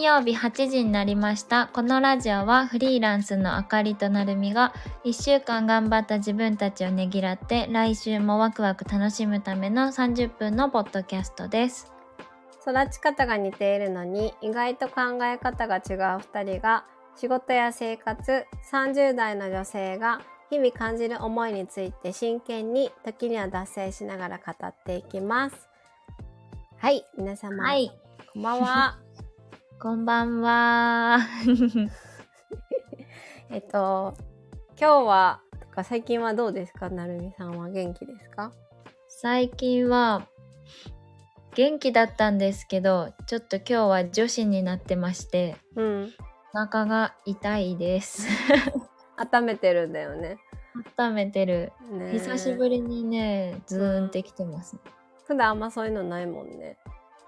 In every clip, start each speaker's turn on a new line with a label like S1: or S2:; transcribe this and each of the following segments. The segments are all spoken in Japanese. S1: 曜日8時になりました。このラジオはフリーランスのあかりとなるみが1週間頑張った自分たちをねぎらって来週もワクワク楽しむための30分のポッドキャストです。
S2: 育ち方が似ているのに意外と考え方が違う2人が仕事や生活30代の女性が日々感じる思いについて真剣に時には脱線しながら語っていきますはい皆様、
S1: はい、
S2: こんばん は
S1: こんばんは。
S2: えっと今日はとか最近はどうですかなるみさんは元気ですか
S1: 最近は元気だったんですけど、ちょっと今日は女子になってまして、
S2: うん
S1: お腹が痛い です。
S2: 温めてるんだよね
S1: 温めてる。
S2: ね
S1: 久しぶ
S2: り
S1: りにね、ズーンってきてます。
S2: 普段あんまそういうのないもんね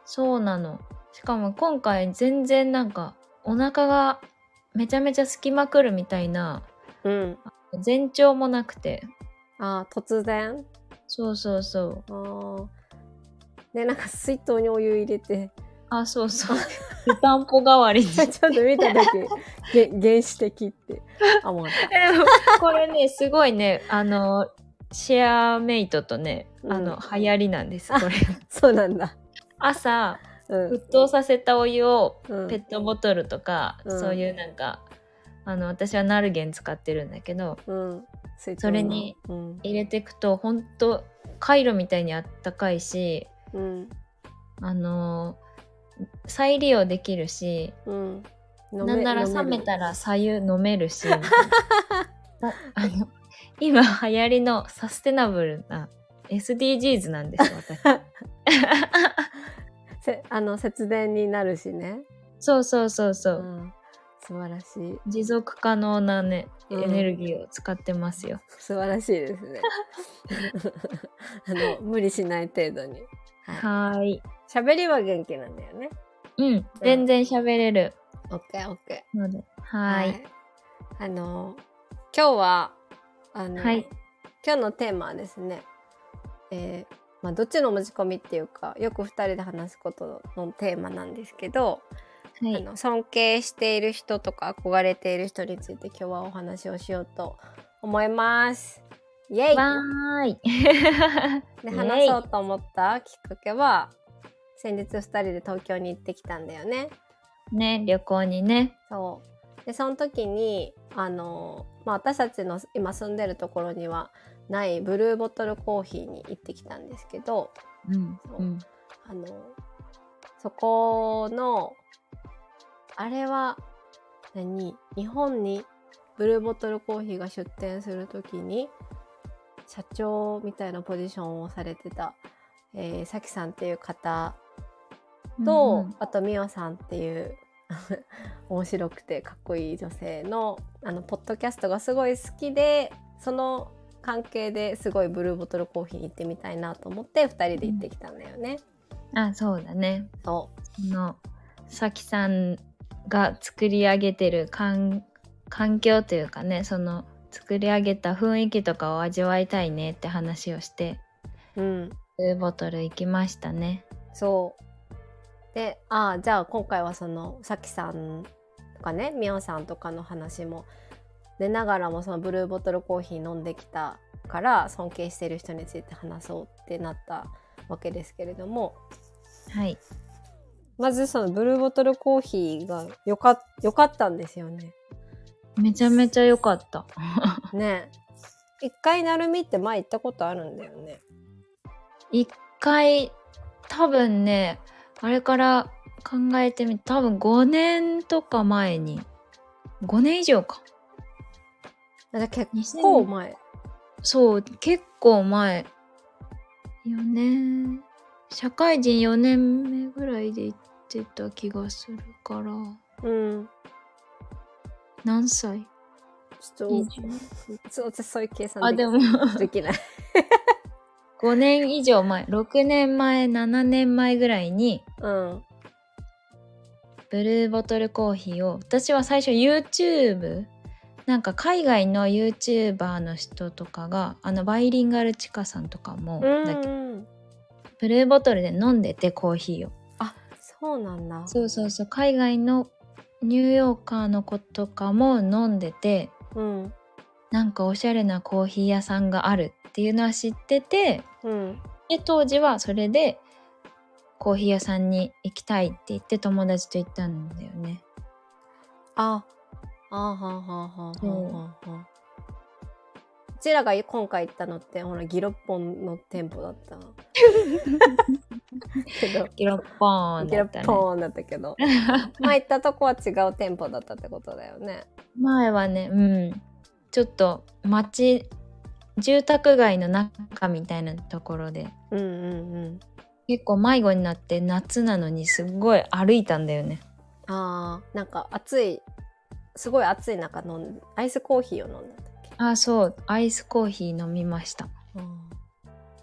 S1: そうなの。しかも今回全然なんかお腹がめちゃめちゃ空きまくるみたいな
S2: うん
S1: 前兆もなくて。
S2: あー突然
S1: そうそうそう。
S2: あーでなんか水筒にお湯入れて
S1: あ、そうそう。湯たんぽ代わりに。
S2: ちょっと見た時 げ原始的ってあ思った
S1: これね、すごいね、あの、シェアメイトとね、あの、
S2: うん
S1: 流行りなんです、これ。
S2: そうなんだ
S1: 朝、
S2: うん
S1: 沸騰させたお湯を
S2: うん
S1: ペットボトルとか、
S2: うん
S1: そういうなんか、あの、私はナルゲン使ってるんだけど、
S2: うん水筒の
S1: それに
S2: うん
S1: 入れていくとほんとカイロみたいにあったかいし
S2: うん
S1: あのー再利用できるし
S2: うん飲め
S1: なんなら
S2: 飲め
S1: 冷
S2: る
S1: めたら左右飲める しああの今流行りのサステナブルな SDGs なんですよ 私
S2: せあの節電になるしね、
S1: そうそうそうそうう、
S2: ん、素晴らしい
S1: 持続可能なね
S2: うん
S1: エネルギーを使ってますよ、
S2: 素晴らしいです ね あの無理しない程度にはい
S1: はーい
S2: 喋りは元気なんだよね
S1: うん全然喋れる
S2: オッケーオッケー
S1: のではーい
S2: あの今日はあの、
S1: はい
S2: 今日のテーマはですね、えーまあ、どっちの持ち込みっていうかよく2人で話すことのテーマなんですけど、
S1: はい、
S2: あの尊敬している人とか憧れている人について今日はお話をしようと思います。イエイ
S1: わーい
S2: で
S1: イエイ
S2: 話そうと思ったきっかけは先日2人で東京に行ってきたんだよね。
S1: ね旅行にね
S2: そうでその時にあの、まあ、私たちの今住んでるところにはないブルーボトルコーヒーに行ってきたんですけど
S1: うん、
S2: そううんあのそこのあれは何日本にブルーボトルコーヒーが出店する時に社長みたいなポジションをされてた、えー、さきさんっていう方と、あとみおさんっていう 面白くてかっこいい女性のあのポッドキャストがすごい好きでその関係ですごいブルーボトルコーヒーに行ってみたいなと思って2人で行ってきたんだよね。
S1: うんあそうだね
S2: そ
S1: そのさきさんが作り上げてる環環境というかねその作り上げた雰囲気とかを味わいたいねって話をして
S2: う、うん、
S1: ブルーボトル行きましたね
S2: そうでああじゃあ今回はそのさきさんとかねみおさんとかの話も出ながらもそのブルーボトルコーヒー飲んできたから尊敬してる人について話そうってなったわけですけれども
S1: はい
S2: まずそのブルーボトルコーヒーがよかよかったんですよね。
S1: めちゃめちゃ良かった
S2: ねえ一回なるみって前行ったことあるんだよね。
S1: 一回多分ねあれから考えてみ多分5年とか前に5年以上か
S2: あじゃあ結
S1: 2000
S2: 構前。
S1: そう、結構前。4年、社会人4年目ぐらいで行ってた気がするから、
S2: うん。
S1: 何歳
S2: ちょっ
S1: ?20?
S2: とそう私そういう計算
S1: あ、
S2: で
S1: で
S2: き
S1: も、
S2: できない。
S1: 5年以上前、6年前、7年前ぐらいに、
S2: うん。
S1: ブルーボトルコーヒーを、私は最初 YouTube? なんか海外の YouTuber の人とかが、あのバイリンガルチカさんとかも、
S2: うん
S1: だっけ
S2: うん。
S1: ブルーボトルで飲んでてコーヒーを。
S2: あそそうなんだ。
S1: そうそうそう海外のニューヨーカーの子とかも飲んでて
S2: うん。
S1: なんかおしゃれなコーヒー屋さんがあるっていうのは知ってて
S2: うん。
S1: で当時はそれでコーヒー屋さんに行きたいって言って友達と行ったんだよね。
S2: あ、あはんはんはんはん
S1: そう
S2: はんはん。うちらが今回行ったのって、ほら、ギロッポンの店舗だった。 けど、
S1: ギロッポーン
S2: ギ
S1: だ
S2: ロ
S1: った
S2: ッ
S1: ね。
S2: ポンだったけど。前行ったとこは違う店舗だったってことだよね。
S1: 前はねうんちょっと街住宅街の中みたいなところで
S2: うんうんうん。
S1: 結構迷子になって夏なのにすっごい歩いたんだよね。
S2: ああ、なんか暑い、すごい暑い中飲んで、アイスコーヒーを飲んだんだっけ。
S1: あそうアイスコーヒー飲みました。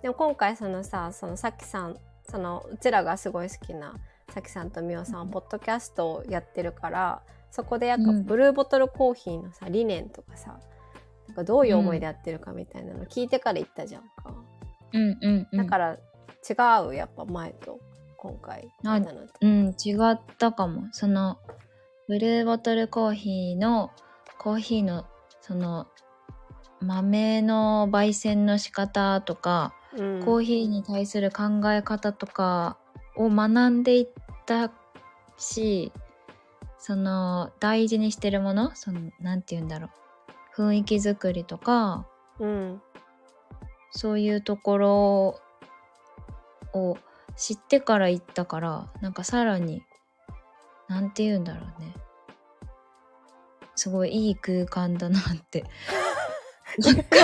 S2: でも今回そのさそのさきさんそのうちらがすごい好きなさきさんとみおさんは
S1: うん
S2: ポッドキャストをやってるからそこでやっぱ
S1: うん
S2: ブルーボトルコーヒーのさ理念とかさなんかどういう思いでやってるかみたいなの聞いてから行ったじゃんか、
S1: うんうん、うん、
S2: だからら違うやっぱ前と今回
S1: あ
S2: なのって
S1: うん違ったかもそのブルーボトルコーヒーのコーヒーのその豆の焙煎の仕方とか
S2: うん
S1: コーヒーに対する考え方とかを学んでいったしその大事にしてるものそのなんて言うんだろう雰囲気作りとか
S2: うん
S1: そういうところを知ってから行ったからなんかさらになんて言うんだろうねすごいいい空間だなって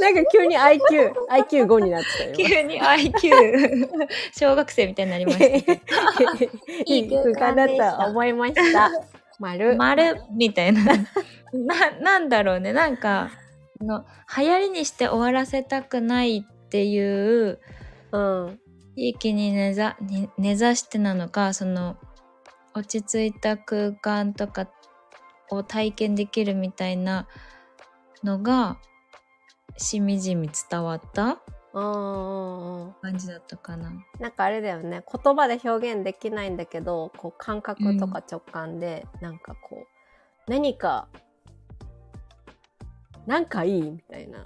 S2: なんか急に IQIQ5 になってたよ
S1: 急に IQ 小学生みたいになりました
S2: いい空間だと思いました。丸。
S1: 丸みたいな ななんだろうねなんかあの流行りにして終わらせたくないっていう
S2: うん。
S1: 地域に根ざに根ざしてなのかその落ち着いた空間とかを体験できるみたいなのがしみじみ伝わった
S2: うんうんうん。
S1: 感じだったかな。
S2: なんかあれだよね。言葉で表現できないんだけど、こう感覚とか直感で、なんかこう、何か、なんかいいみたいな。
S1: い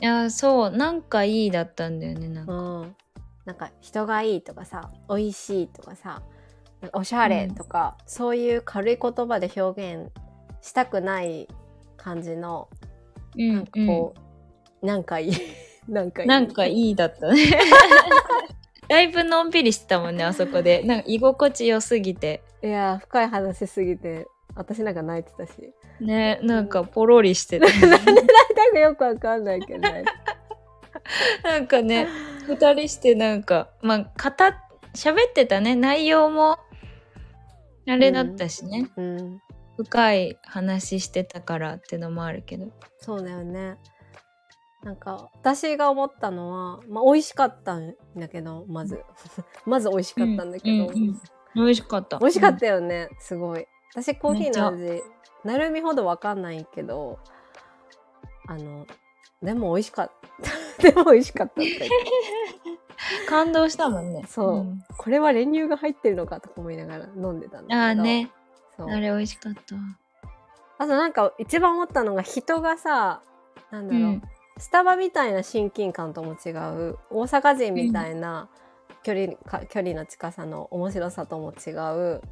S1: やそうなんかいいだったんだよねなんか
S2: うん。なんか人がいいとかさ、美味しいとかさ、なんかおしゃれとか、そういう軽い言葉で表現したくない感じの、
S1: な
S2: なんかこう、なんかいい。 なんかいい。
S1: なんかいいだった ね。だいぶのんびりしてたもんね、あそこで。なんか居心地良すぎて。
S2: いやー深い話すぎて私なんか泣いてたし
S1: ね、なんかポロリしてた。
S2: なんかよくわかんないけど ね
S1: なんかね、二人してなんか、まあ、語、喋ってたね、内容も、あれだったしね、
S2: うん
S1: 深い話してたからってのもあるけど。
S2: そうだよねなんか私が思ったのは、まあ、美味しかったんだけどまず まず美味しかったんだけど、
S1: うんうん美味しかった。
S2: 美味しかったよねすごい私コーヒーの味なるみほどわかんないけどあのでも美味しかった でも美味しかったって言って
S1: うん。感動したもんね。
S2: そうんこれは練乳が入ってるのかとか思いながら飲んでたんだけど
S1: ああね、
S2: そう
S1: あれ美味しかったわ。
S2: あとなんか一番思ったのが人がさなんだ
S1: う
S2: ろう、
S1: ん。
S2: スタバみたいな親近感とも違う大阪人みたいな距離,、か距離の近さの面白さとも違う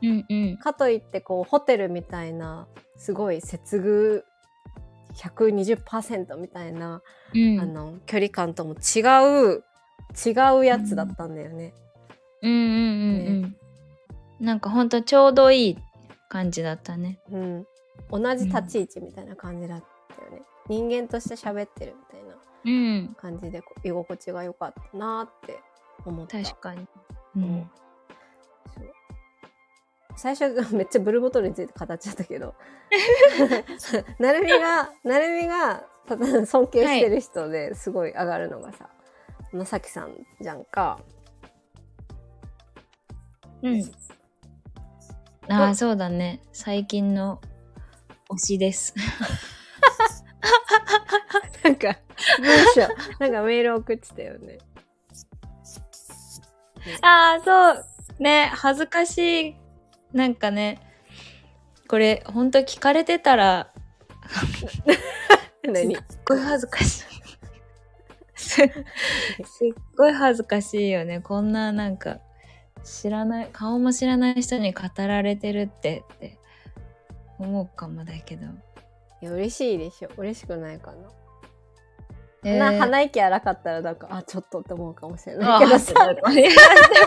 S1: うんうん。
S2: かといってこうホテルみたいなすごい接遇120%みたいな、
S1: うん。
S2: あの距離感とも違う違うやつだったんだよね。
S1: うんうんうんうん、なんかほんとちょうどいい感じだったね
S2: うん、同じ立ち位置みたいな感じだったよね。人間として喋ってるみたいな。
S1: うん
S2: 感じでこう居心地が良かったなって思った
S1: 確かに、う
S2: うんん、そう最初めっちゃブルーボトルについて語っちゃった けどなるみがなるみがただ尊敬してる人ですごい上がるのがさ、まさきさんじゃんか
S1: うん、ああそうだね最近の推しです
S2: なんか文章なんかメール送ってたよね
S1: ああそうね恥ずかしいなんかねこれ本当聞かれてたら
S2: 何
S1: すっごい恥ずかしいすすっごい恥ずかしいよねこんななんか知らない顔も知らない人に語られてるってって思うかもだけど、
S2: いや嬉しいでしょ嬉しくないかな、
S1: え
S2: な
S1: ー
S2: 鼻息荒かったらなんかあちょっとって思うかもしれ
S1: あ
S2: ないけどさ
S1: あそうだねいや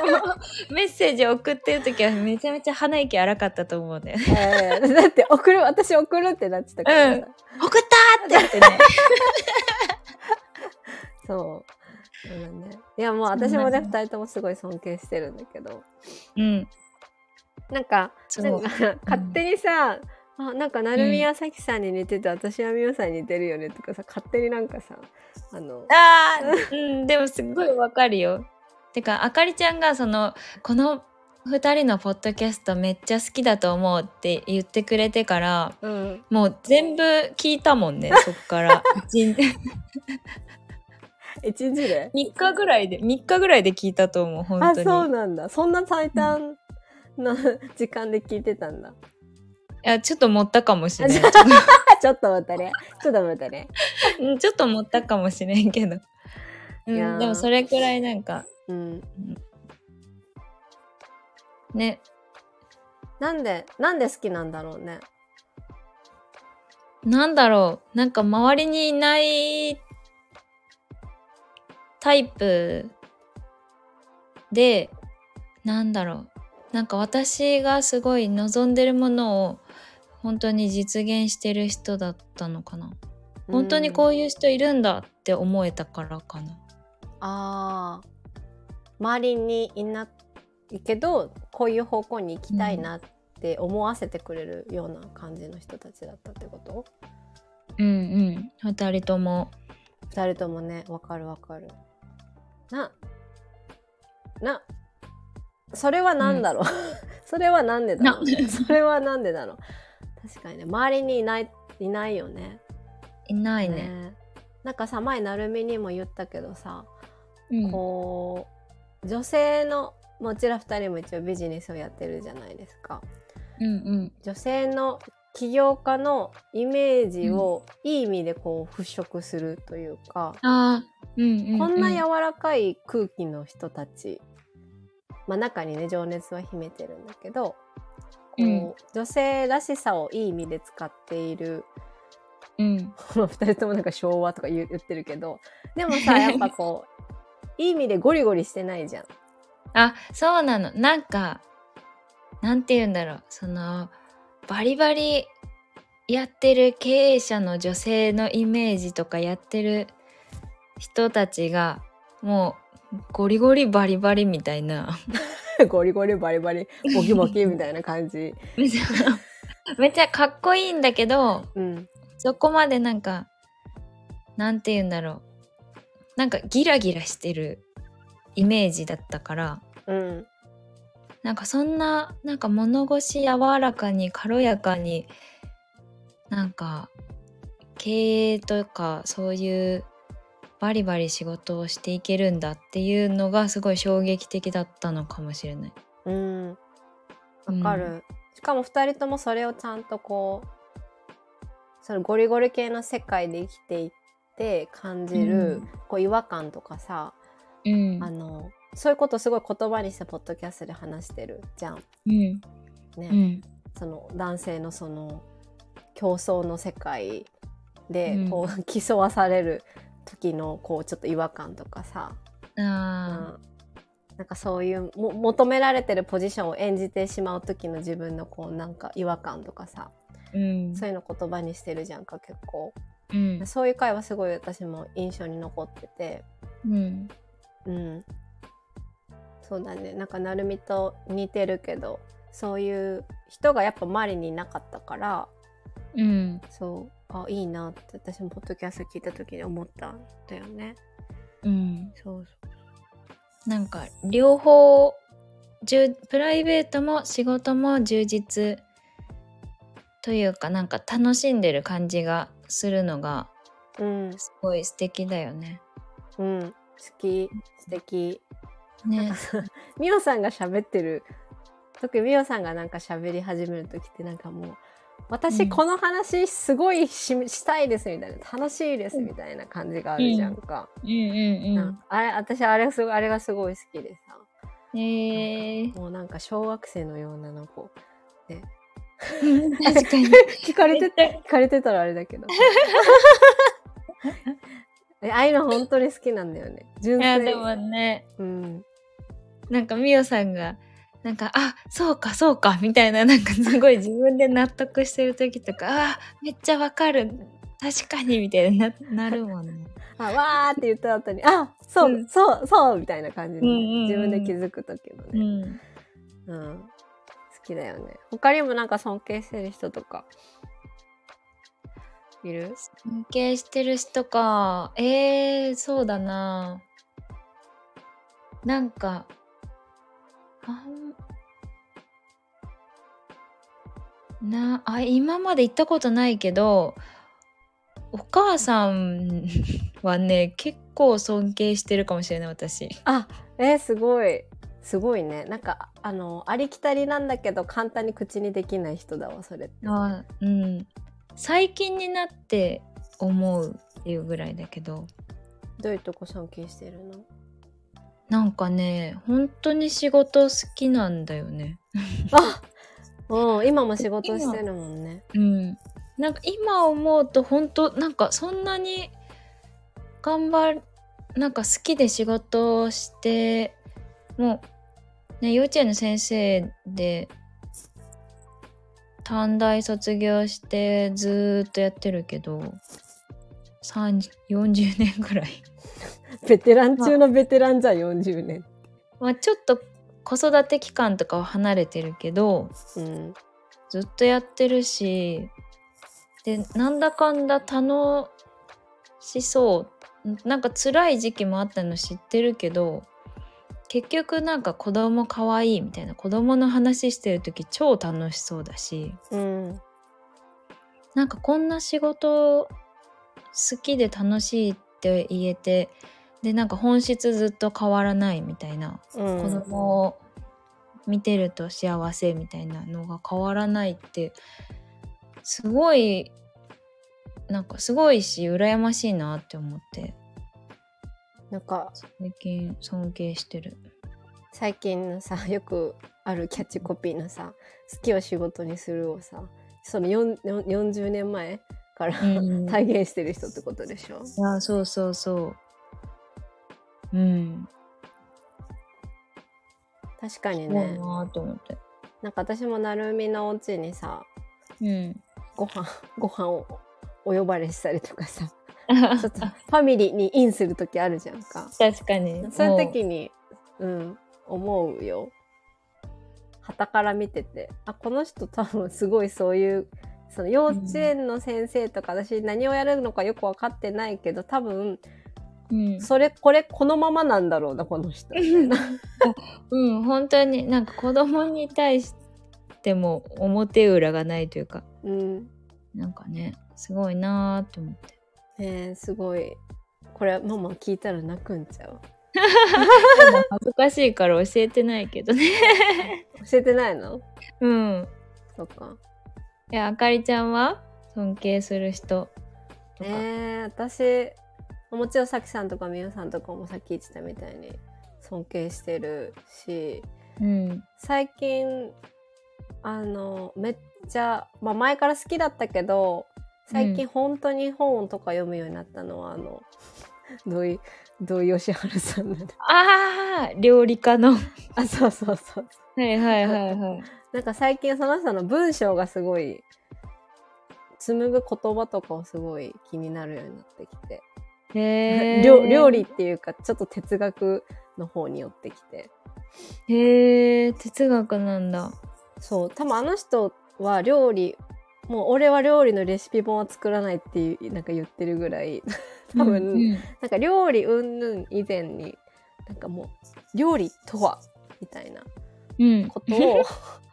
S1: でもメッセージ送ってる時はめちゃめちゃ鼻息荒かったと思うんだよね。
S2: えーだって送る私送るってなってたからさ、
S1: うん送 ったーって言ってね。
S2: そうそうだねいやもう私もね2人ともすごい尊敬してるんだけど
S1: うん。
S2: なんか
S1: そう
S2: なんか勝手にさ、あなんか成宮咲さんに似てて、私は美桜さんに似てるよねとかさ勝手になんかさあの
S1: あーうん、でもすごいわかるよ。てか、あかりちゃんがその、この二人のポッドキャストめっちゃ好きだと思うって言ってくれてから、
S2: うん
S1: もう全部聞いたも んね、そっから。1日、
S2: 一日で
S1: 3日ぐらいで、3日ぐらいで聞いたと思う、本
S2: あ
S1: 当に。
S2: そうなんだそんな最短の 時間で聞いてたんだ
S1: いや、ちょっと持ったかもしれない。
S2: あちょっと待ってねちょっと待ってね
S1: うんちょっと持ったかもしれんけど。う
S2: いやー
S1: ん、でもそれくらいなんか、
S2: うん
S1: ね、
S2: なんでなんで好きなんだろうね
S1: なんだろう、なんか周りにいないタイプで、なんだろう、なんか私がすごい望んでるものを本当に実現してる人だったのかな。本当にこ
S2: うん
S1: ういう人いるんだって思えたからかな。
S2: あー周りにいないけどこういう方向に行きたいなって思わせてくれるような感じの人たちだったってこと、
S1: うんうん、二人とも。
S2: 二人ともねわかるわかるななそれは何だろう、 それはなんでだろう ねそれはなんでだろう確かにね周りにいないいないよね
S1: いないね。
S2: ねなんかさ前なるみにも言ったけどさ、
S1: うん
S2: こう女性のもううちら二人も一応ビジネスをやってるじゃないですか
S1: うん
S2: 女性の起業家のイメージをいい意味でこう払拭するというか、
S1: うん。ああ、うんうん、うん。
S2: こんな柔らかい空気の人たち、まあ、中にね情熱は秘めてるんだけどこう、
S1: うん
S2: 女性らしさをいい意味で使っている
S1: うん。
S2: この2人ともなんか昭和とか言う言ってるけどでもさやっぱこ ういい意味でゴリゴリしてないじゃん。
S1: あ、そうなの。なんか、なんて言うんだろう。その、バリバリやってる経営者の女性のイメージとかやってる人たちが、もう、ゴリゴリバリバリみたいな。
S2: ゴリゴリバリバリボキボキみたいな感じ。
S1: めちゃめちゃかっこいいんだけど、
S2: うん、
S1: そこまでなんか、なんて言うんだろう。なんかギラギラしてるイメージだったから、
S2: うん、
S1: なんかそんななんか物腰柔らかに軽やかになんか経営とかそういうバリバリ仕事をしていけるんだっていうのがすごい衝撃的だったのかもしれない。
S2: うん、わかる、
S1: うん
S2: しかも2人ともそれをちゃんとこうそのゴリゴリ系の世界で生きていって感じ
S1: う
S2: る、
S1: ん
S2: こう違和感とかさ、
S1: うん
S2: あのそういうことをすごい言葉にしてポッドキャストで話してるじゃん
S1: うん
S2: ね、
S1: うん
S2: その男性のその競争の世界で
S1: うん
S2: こう、 競わされる時のこうちょっと違和感とかさ、
S1: あ
S2: うんなんかそういうも求められてるポジションを演じてしまう時の自分のこうなんか違和感とかさ
S1: ーうん
S2: そういうの言葉にしてるじゃんか結構
S1: うん
S2: そういう会話すごい私も印象に残ってて
S1: うん
S2: うんそうだねなんかなるみと似てるけどそういう人がやっぱ周りにいなかったから
S1: うん
S2: そうあいいなって私もポッドキャスト聞いた時に思ったんだよね
S1: うん
S2: そう
S1: なんか両方じゅプライベートも仕事も充実というかなんか楽しんでる感じがするのが
S2: そううん
S1: すごい素敵だよね。
S2: うん好き素敵、
S1: ね
S2: なんか、さミオさんが喋ってる特にミオさんがなんか喋り始める時ってなんかもう
S1: う
S2: 私
S1: ん
S2: この話すごいし,、したいですみたいな楽しいですみたいな感じがあるじゃんか、
S1: うんうん
S2: なんかあれ私あれすごいあれがすごい好きでさ
S1: うん。へえー。
S2: もうなんか小学生のようなのこ う
S1: うん 確かに。
S2: 聞かれて
S1: めっち
S2: 聞かれてたらあれ だけどえああいうの本当に好きなんだよね純
S1: い
S2: 粋
S1: やでもね、
S2: うん
S1: なんかみおさんが、なんか、あそうかそうかみたいな、なんかすごい自分で納得してる時とか、あめっちゃわかる。確かにみたいにななるもんね。
S2: あわーって言った後に「あそう、
S1: うん
S2: そうそう」みたいな感じで、
S1: うんうんうん
S2: 自分で気づく時の
S1: う
S2: ね、
S1: ん。
S2: うん好きだよね他にもなんか尊敬してる人とかいる
S1: 尊敬してる人か。えー、そうだな。なんか、あん、な、あ、今まで行ったことないけど、お母さんはね、結構尊敬してるかもしれない、私。
S2: あえーすごいすごいねなんかあのありきたりなんだけど簡単に口にできない人だわそれって
S1: あうん。最近になって思うっていうぐらいだけど。
S2: どういうとこ尊敬してるの
S1: なんかね、本当に仕事好きなんだよね。
S2: あうん今も仕事してるもんね
S1: うん。なんか今思うと本当なんかそんなに頑張る、なんか好きで仕事をして、もう、ね、幼稚園の先生で、短大卒業してずーっとやってるけど、30 40年ぐらい。
S2: ベテラン中のベテランじゃん40年
S1: まあちょっと子育て期間とかは離れてるけど、
S2: うん
S1: ずっとやってるしでなんだかんだ楽しそうなんか辛い時期もあったの知ってるけど結局なんか子供可愛いみたいな子供の話してる時超楽しそうだし
S2: うん
S1: なんかこんな仕事好きで楽しいって言えてでなんか本質ずっと変わらないみたいな
S2: うん
S1: 子供を見てると幸せみたいなのが変わらないってすごいなんかすごいし羨ましいなって思って
S2: なんか
S1: 最近尊敬してる。
S2: 最近のさ よくあるキャッチコピーのさ「好きを仕事にする」をさその4 40年前から、
S1: うん、い
S2: 体現してる人ってことでしょ
S1: やそうそうそう。うん。
S2: 確かに
S1: すごい
S2: ね
S1: なと思って。
S2: なんか私もなるみのお家にさ
S1: うん。
S2: ご飯ご飯をお呼ばれしたりとかさちょっとファミリーにインする時あるじゃんか
S1: 確かに。
S2: そういう時にうん思うよ傍から見ててあこの人多分すごいそういうその幼稚園の先生とか、私何をやるのかよく分かってないけど多分
S1: うん、
S2: それこれこのままなんだろうなこの 人みたいな
S1: うん、本当になんか子供に対しても表裏がないというか
S2: うん
S1: なんかねすごいなーって思って。
S2: ねえすごいこれママ聞いたら泣くんちゃう
S1: 恥ずかしいから教えてないけどね。
S2: 教えてないの
S1: うん。
S2: そっか
S1: いや、あかりちゃんは尊敬する人とか。
S2: ねえ私もちろんさきさんとかみゆさんとかもさっき言ってたみたいに尊敬してるし
S1: うん。
S2: 最近あのめっちゃ、まあ、前から好きだったけど最近本当に本とか読むようになったのは、あの 土井土井善晴さんなの
S1: ああ料理家の。は
S2: あそうそうそう
S1: いはいはいはい。
S2: なんか最近その人の文章がすごい紡ぐ言葉とかをすごい気になるようになってきて、
S1: へえ。
S2: 料料理。っていうかちょっと哲学の方に寄ってきて
S1: へえ、哲学なんだ。
S2: そう多分あの人は料理もう俺は料理のレシピ本は作らないっていうなんか言ってるぐらい 多分
S1: うんうん
S2: なんか料理云々以前になんかもう料理とはみたいな
S1: うん。
S2: ことを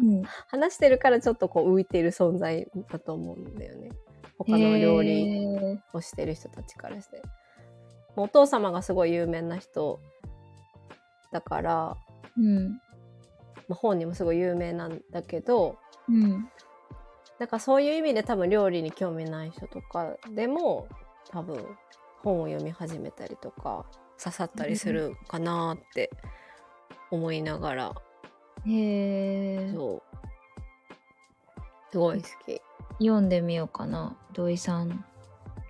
S1: うん。
S2: 話してるからちょっとこう浮いてる存在だと思うんだよね他の料理
S1: へー
S2: をしてる人たちからしてもうお父様がすごい有名な人だから
S1: うん。
S2: まあ、本にもすごい有名なんだけど
S1: うん。
S2: なんかそういう意味で多分料理に興味ない人とかでも多分本を読み始めたりとか刺さったりするかなって思いながら、
S1: へえ。
S2: そうすごい好き。
S1: 読んでみようかな。土井さん。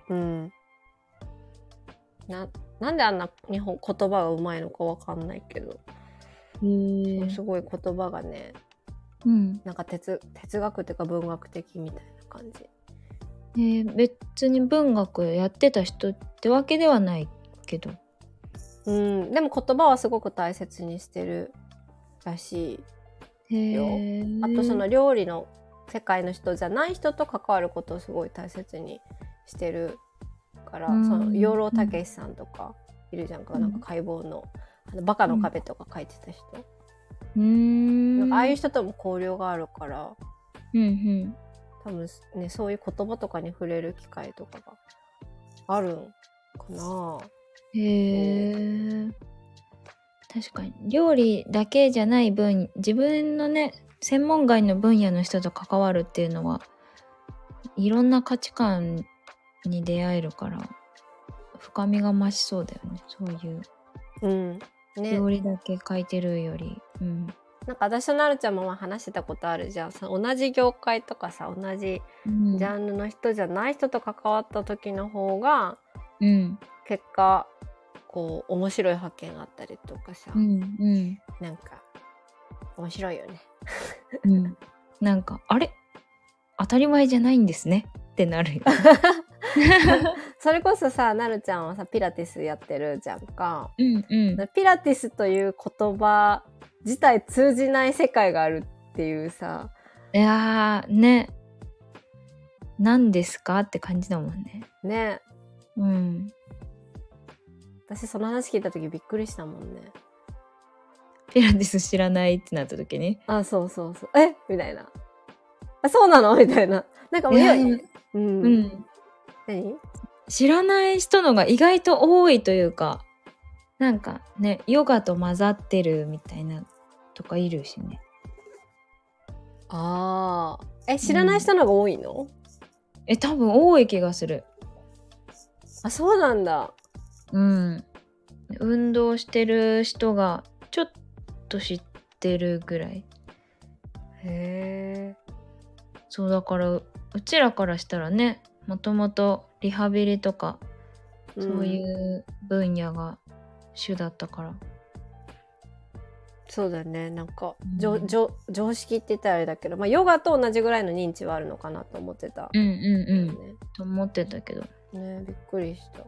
S2: うん、ななんであんな日本言葉がうまいのかわかんないけど、
S1: へえ
S2: すごい言葉がね
S1: うん。
S2: なんか哲哲学っていうか文学的みたいな感じ。
S1: えー、別に文学やってた人ってわけではないけど。
S2: うん、でも言葉はすごく大切にしてるらしい。
S1: へえ。
S2: あとその料理の世界の人じゃない人と関わることをすごい大切にしてるから、
S1: うん
S2: その養老孟司さんとかいるじゃんか、
S1: うん
S2: なんか解剖の「あのバカの壁」とか書いてた人、
S1: うーん。
S2: なんかああいう人とも交流があるから
S1: うんうん。
S2: 多分ねそういう言葉とかに触れる機会とかがあるんかな。
S1: へえ。確かに料理だけじゃない分自分のね専門外の分野の人と関わるっていうのはいろんな価値観に出会えるから深みが増しそうだよねそういう
S2: うんね、
S1: 料理だけ書いてるより。うん
S2: なんか私となるちゃんもまあ話してたことあるじゃんさ同じ業界とかさ同じ
S1: うん、
S2: ジャンルの人じゃない人と関わった時の方が
S1: うん
S2: 結果こう面白い発見があったりとかさ、
S1: うんうん
S2: なんか面白いよね。
S1: うん、なんかあれ当たり前じゃないんですねってなるよ。
S2: それこそさなるちゃんはさピラティスやってるじゃんか。
S1: うんうん、
S2: ピラティスという言葉自体通じない世界があるっていうさ
S1: いやーね何ですかって感じだもんね。
S2: ね
S1: うん、
S2: 私その話聞いた時びっくりしたもんね。
S1: ピラティス知らないってなった時に
S2: あ、そうそうそう。えみたいな。あ、そうなのみたいな。なんかもう、
S1: いや
S2: ようん。
S1: う、ん、
S2: 何
S1: 知らない人のが意外と多いというかなんかねヨガと混ざってるみたいなとかいるしね。
S2: ああ。え、知らない人の方が多いの、
S1: え多分多い気がする。
S2: あ、そうなんだ。
S1: うん、運動してる人がちょっと知ってるぐらい
S2: へえ。
S1: そうだからううちらからしたらねもともとリハビリとかそうい
S2: うん。
S1: う分野が主だったから、
S2: そうだね。なんか、
S1: うん
S2: じょじょ常識って言ったらあれだけど、まあ、ヨガと同じぐらいの認知はあるのかなと思ってた。
S1: うん、うんうん
S2: ね
S1: と思ってたけど
S2: ねびっくりした。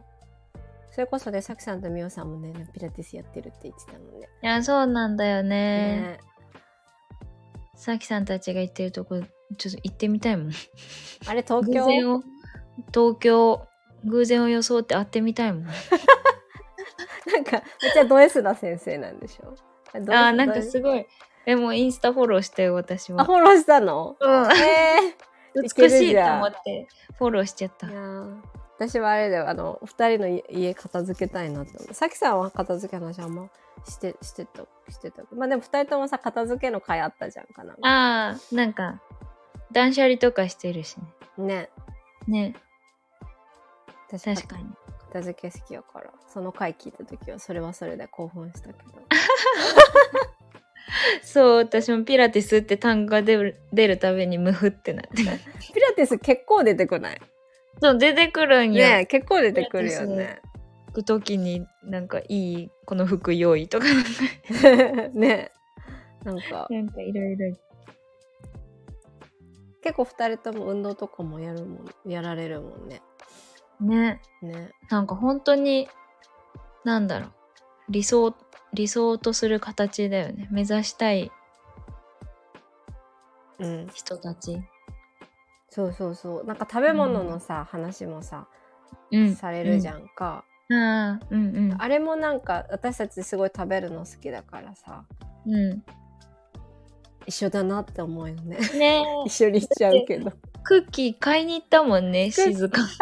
S2: それこそね、さきさんとみおさんもね、ピラティスやってるって言ってたもんね。
S1: いやそうなんだよね
S2: ね
S1: さきさんたちが行ってるとこちょっと行ってみたいもん
S2: あれ、東
S1: 偶然
S2: 京
S1: を東京偶然を装って会ってみたいもん
S2: なんか、めっちゃド S な先生なんでしょあド S
S1: あーなん
S2: ド
S1: か
S2: S
S1: すごいえもうインスタフォローしたよ私
S2: あ、
S1: は
S2: フォローしたの
S1: うん
S2: え
S1: 美し
S2: ける
S1: い
S2: じ
S1: と
S2: ゃん
S1: 思ってフォローしちゃっ
S2: え
S1: た
S2: いやー私はあれだよ、あの、二人の家家片付けたいなって思う。さきさんは片付けの話あんまして、してた、してた。まあでも二人ともさ、片付けの会あったじゃんかな。
S1: あーなんか断捨離とかしてるしね
S2: ね。
S1: ね
S2: 私
S1: 確かに
S2: 片付け好きやから。その回聞いた時は、それはそれで興奮したけど。
S1: そう私もピラティスって単語が出る出るたびにムフってなって
S2: ピラティス結構出てこない。
S1: そう出てくるんや、
S2: ねえ結構出てくるよね。
S1: 行く時になんかいいこの服用意とか
S2: ねえなんか、
S1: なんかいろいろ
S2: 結構二人とも運動とかもやるもん、やられるもんね。
S1: ね
S2: ね。
S1: なんか本当になんだろう理想理想とする形だよね目指したい
S2: うん。
S1: 人たち
S2: そうそうそうなんか食べ物のさ、話もさ、
S1: うん
S2: されるじ
S1: ん、
S2: ゃんか、
S1: うん、ああうんうん
S2: あれもなんか私たちすごい食べるの好きだからさ
S1: うん一
S2: 一緒だなって思うよね
S1: ね
S2: 一緒にしちゃうけどあク
S1: クッキー買いに行ったもんね
S2: クッキー
S1: 静か
S2: ッキー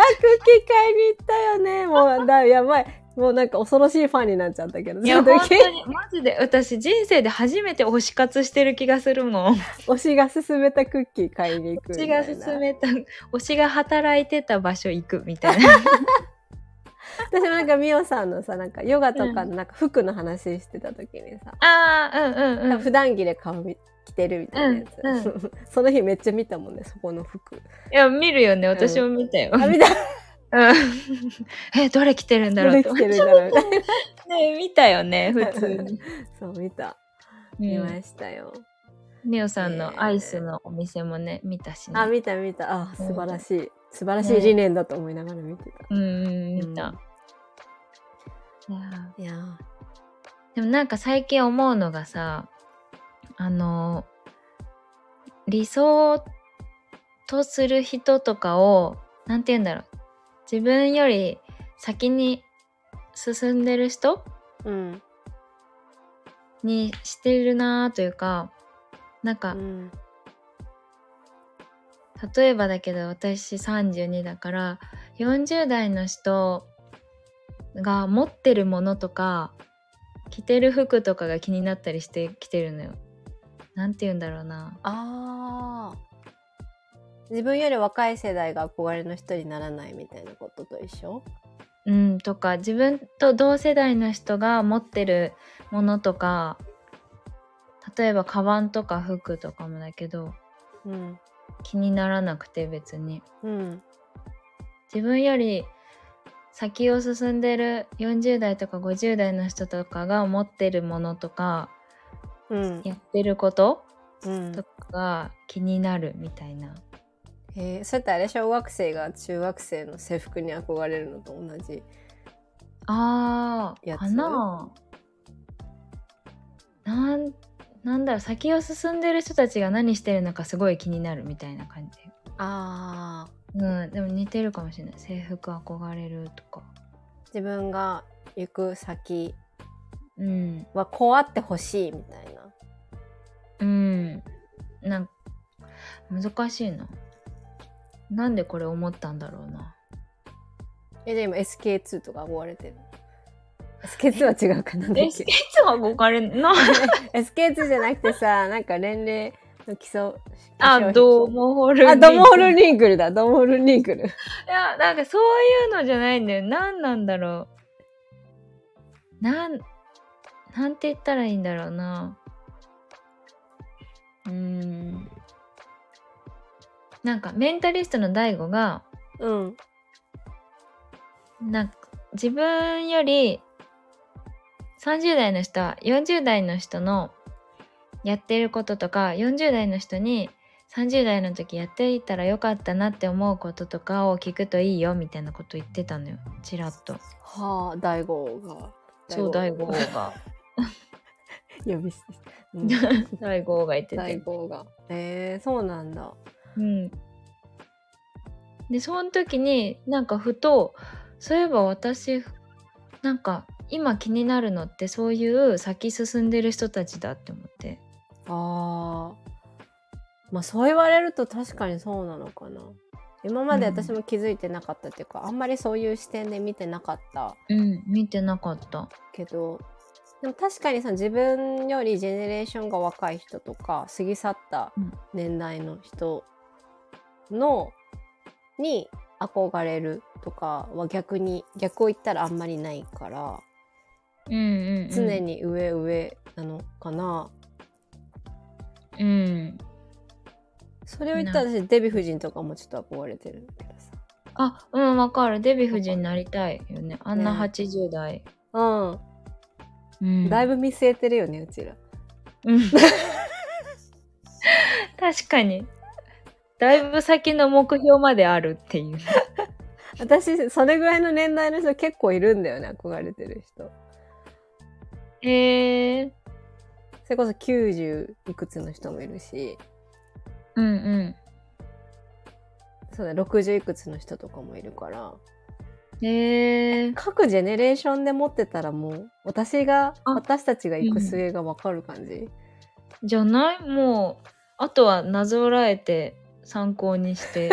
S2: 買いに行ったよねもうだやばいもうなんか恐ろしいファンになっちゃったけ ど、
S1: いや、
S2: その
S1: 本
S2: 時
S1: 当に、マジで、私、人生で初めて推し活してる気がするもん。
S2: 推しが勧めたクッキー買いに行くみ
S1: 推
S2: た
S1: し
S2: い
S1: が
S2: な。
S1: 勧めた、推しが働いてた場所行くみたい な。
S2: 私もなんかミオさんのさ、なんかヨガとかのなんか服の話してた時にさ、
S1: ああ、うんうんうん。
S2: 普段着で顔み着てるみたいなやつ。
S1: う
S2: その日めっちゃ見たもんね、そこの服。
S1: いや、見るよね。私も見たよ。
S2: あ、見 た
S1: うん。 え、どれ着てるんだ
S2: ど
S1: ろう
S2: れ
S1: って
S2: 着 てるんだろうみたいな。
S1: ね、見たよね、普通に。
S2: そう、見た。見ま
S1: うん
S2: したよ。
S1: ミオさんのアイスのお店もね、見たしね。
S2: あ、見た見た。あ、素晴らしい。素晴らし
S1: ね
S2: い理念だと思いながら見てた。
S1: うんうん、
S2: うん
S1: 見た。いやー
S2: いやー
S1: でもなんか最近思うのがさあの理想とする人とかをなんて言うんだろう自分より先に進んでる人
S2: うん。
S1: にしてるなというかなんか
S2: うん
S1: 例えばだけど私32だから40代の人が持ってるものとか着てる服とかが気になったりしてきてるのよ。なんて言うんだろうな。
S2: ああ。自分より若い世代が憧れの人にならないみたいなことと一緒
S1: うん、とか自分と同世代の人が持ってるものとか例えばカバンとか服とかもだけど
S2: うん。
S1: 気にならなくて別に。
S2: うん。
S1: 自分より先を進んでる40代とか50代の人とかが持ってるものとか
S2: うん。
S1: やってること
S2: うん
S1: とかが気になるみたいな。
S2: えー、それってあれ小学生が中学生の制服に憧れるのと同じ。
S1: あー
S2: やつ
S1: かなあなんなんだろう先を進んでる人たちが何してるのかすごい気になるみたいな感じ。
S2: ああ。
S1: うん、でも似てるかもしれない制服憧れるとか。
S2: 自分が行く先
S1: うん、
S2: はこうあってほしいみたいな。
S1: うん。なんか難しいな。なんでこれ思ったんだろうな。
S2: え、じゃあ今 SK2 とか憧れてる ?SK2 は違うかななんだっ
S1: え、い
S2: け
S1: つも動かれん な。
S2: SK2 じゃなくてさ、 なんか年齢の基礎。
S1: あ、ドモホルニ
S2: あ、ドモール
S1: い
S2: ニーグルだ、ドモールニーグル。
S1: や、なんかそういうのじゃないんだよ。なんなんだろう。なん、なんて言ったらいいんだろうな。うーん。なんか、メンタリストの大悟が、
S2: うん。
S1: なんか、自分より、30代の人は40代の人のやってることとか40代の人に30代の時やっていたらよかったなって思うこととかを聞くといいよみたいなこと言ってたのよちらっと
S2: はあ、大悟が。
S1: そう大悟が
S2: 呼び捨てした。うん
S1: 大悟が言って
S2: 大
S1: て
S2: 悟が。えー、そうなんだ。
S1: うんでその時になんかふとそういえば私なんか今気になるのってそういう先進んでる人たちだって思って
S2: ああ。まあそう言われると確かにそうなのかな。今まで私も気づいてなかったっていうか、あんまりそういう視点で見てなかった
S1: うん見てなかった
S2: けど、でも確かにさ自分よりジェネレーションが若い人とか過ぎ去った年代の人の、に憧れるとかは逆に逆を言ったらあんまりないから
S1: うんうん、うん、
S2: 常に上上なのかな、
S1: うん
S2: それを言ったら私デヴィ夫人とかもちょっと憧れてるんだけどさ
S1: あうんわかるデヴィ夫人になりたいよねあんな80代、
S2: うん
S1: うん、
S2: だいぶ見据えてるよねうちら。
S1: うん 確かにだいぶ先の目標まであるっていう
S2: 私それぐらいの年代の人結構いるんだよね憧れてる人。
S1: へえー、
S2: それこそ90いくつの人もいるし
S1: うんう
S2: そうだ60いくつの人とかもいるから
S1: んへえー、
S2: 各ジェネレーションで持ってたらもう私が
S1: あ
S2: 私たちが行く末が分かる感じ。
S1: じゃないもうあとはなぞらえて参考にして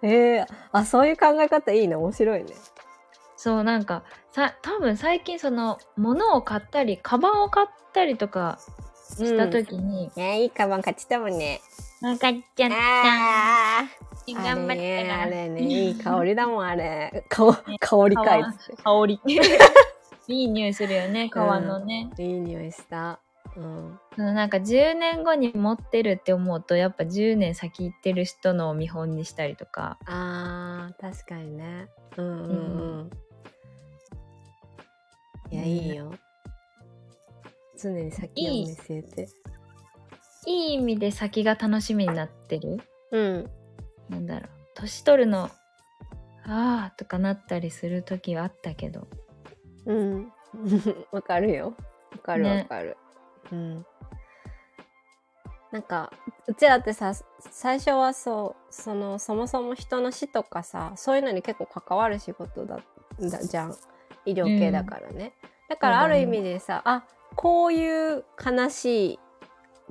S2: えー、あそういう考え方いいね面白いね。
S1: そうなんかさ多分最近その物を買ったりカバンを買ったりとかした時に、
S2: ねいいカバン買ってたもんね。
S1: なんか買っちゃった
S2: あ
S1: 頑張った
S2: あれね
S1: から
S2: あれねいい香りだもんあれ。香香りかいっつっ
S1: 香り いい匂いするよね皮のね、
S2: て。いい匂いした。うん。
S1: そのなんか10年後に持ってるって思うとやっぱ10年先行ってる人のを見本にしたりとか
S2: あー確かにね。うんうんうん。いや
S1: ね
S2: いいよ。常に先を見据えて。
S1: いい意味で先が楽しみになってる
S2: うん。
S1: なんだろう年取るのあーとかなったりする時はあったけど
S2: うん。 わかるよ。わかる
S1: ね
S2: わかる。うん。なんか、うちらってさ、最初はそう、その、そもそも人の死とかさ、そういうのに結構関わる仕事だ、だじゃん。医療系だからね。だからある意味でさ、あ、こういう悲し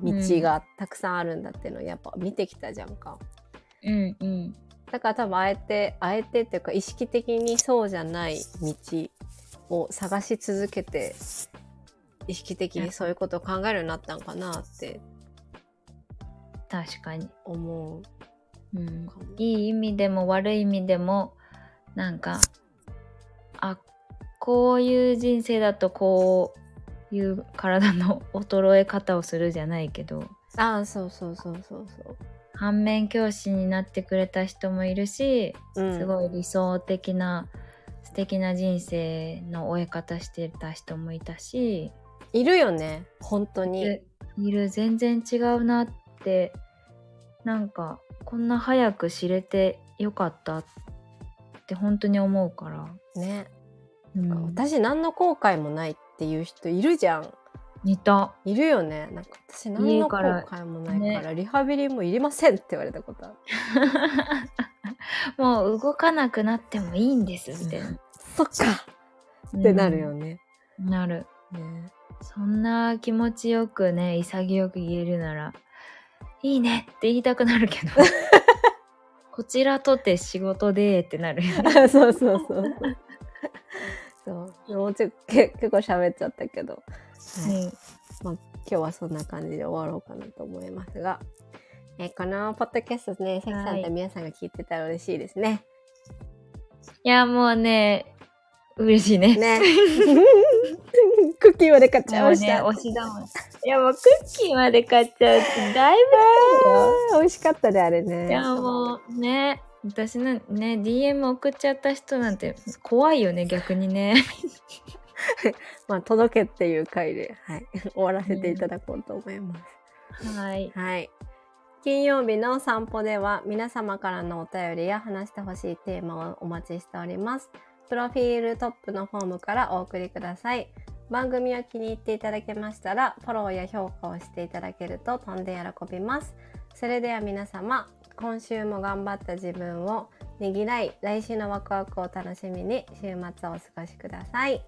S2: い道がたくさんあるんだっていうのをやっぱ見てきたじゃんか。
S1: うんうん
S2: だから多分あえてあえてっていうか意識的にそうじゃない道を探し続けて意識的にそういうことを考えるようになったんかなって
S1: 確かに、
S2: 思う
S1: うん
S2: か、も。
S1: いい意味でも悪い意味でもなんかあこういう人生だとこういう体の衰え方をするじゃないけど
S2: ああそうそうそうそうそ
S1: 反面教師になってくれた人もいるし
S2: う。うん、
S1: す
S2: い
S1: ごい理想的な素敵な人生の終え方してた人もいたし
S2: いるよね本当
S1: い
S2: に。
S1: るいる全然違うなってなんかこんな早く知れてよかったって本当に思うから、
S2: ね、
S1: うん
S2: 私何の後悔もないっていう人いるじゃん。
S1: 似た
S2: いるよね。なんか私何の後悔もないから
S1: いいから
S2: リハビリもいりませんって言われたことある。
S1: もう動かなくなってもいいんですみたいな、
S2: そっかってなるよ
S1: ね、
S2: ね。
S1: なる
S2: ね
S1: そんな気持ちよくね潔く言えるならいいねって言いたくなる けどこちらとて仕事でってなるよね
S2: あ そうそうそうそう。そうもうちょっとけ結構喋っちゃったけど、はい今日はそんな感じで終わろうかなと思いますが、えーこのポッドキャストね、さきさんと皆さんが聞いてたら嬉しいですね。
S1: いやもうね嬉しいね
S2: ね。クッキーまで買っちゃい
S1: もう
S2: まし
S1: ね
S2: た。
S1: 推しだもんいやもうクッキーまで買っちゃうってだい
S2: あー美味しかったであれね。
S1: ぶいやもうね私のね DM 送っちゃった人なんて怖いよね逆にね
S2: まあ、届けっていう回で、はい、 終わらせていただこうと思いま す。
S1: はい
S2: はい。金曜日の散歩では皆様からのお便りや話してほしいテーマをお待ちしております。プロフィールトップのフォームからお送りください。番組を気に入っていただけましたら、フォローや評価をしていただけるととんで喜びます。それでは皆様、今週も頑張った自分をねぎらい、来週のワクワクを楽しみに週末をお過ごしください。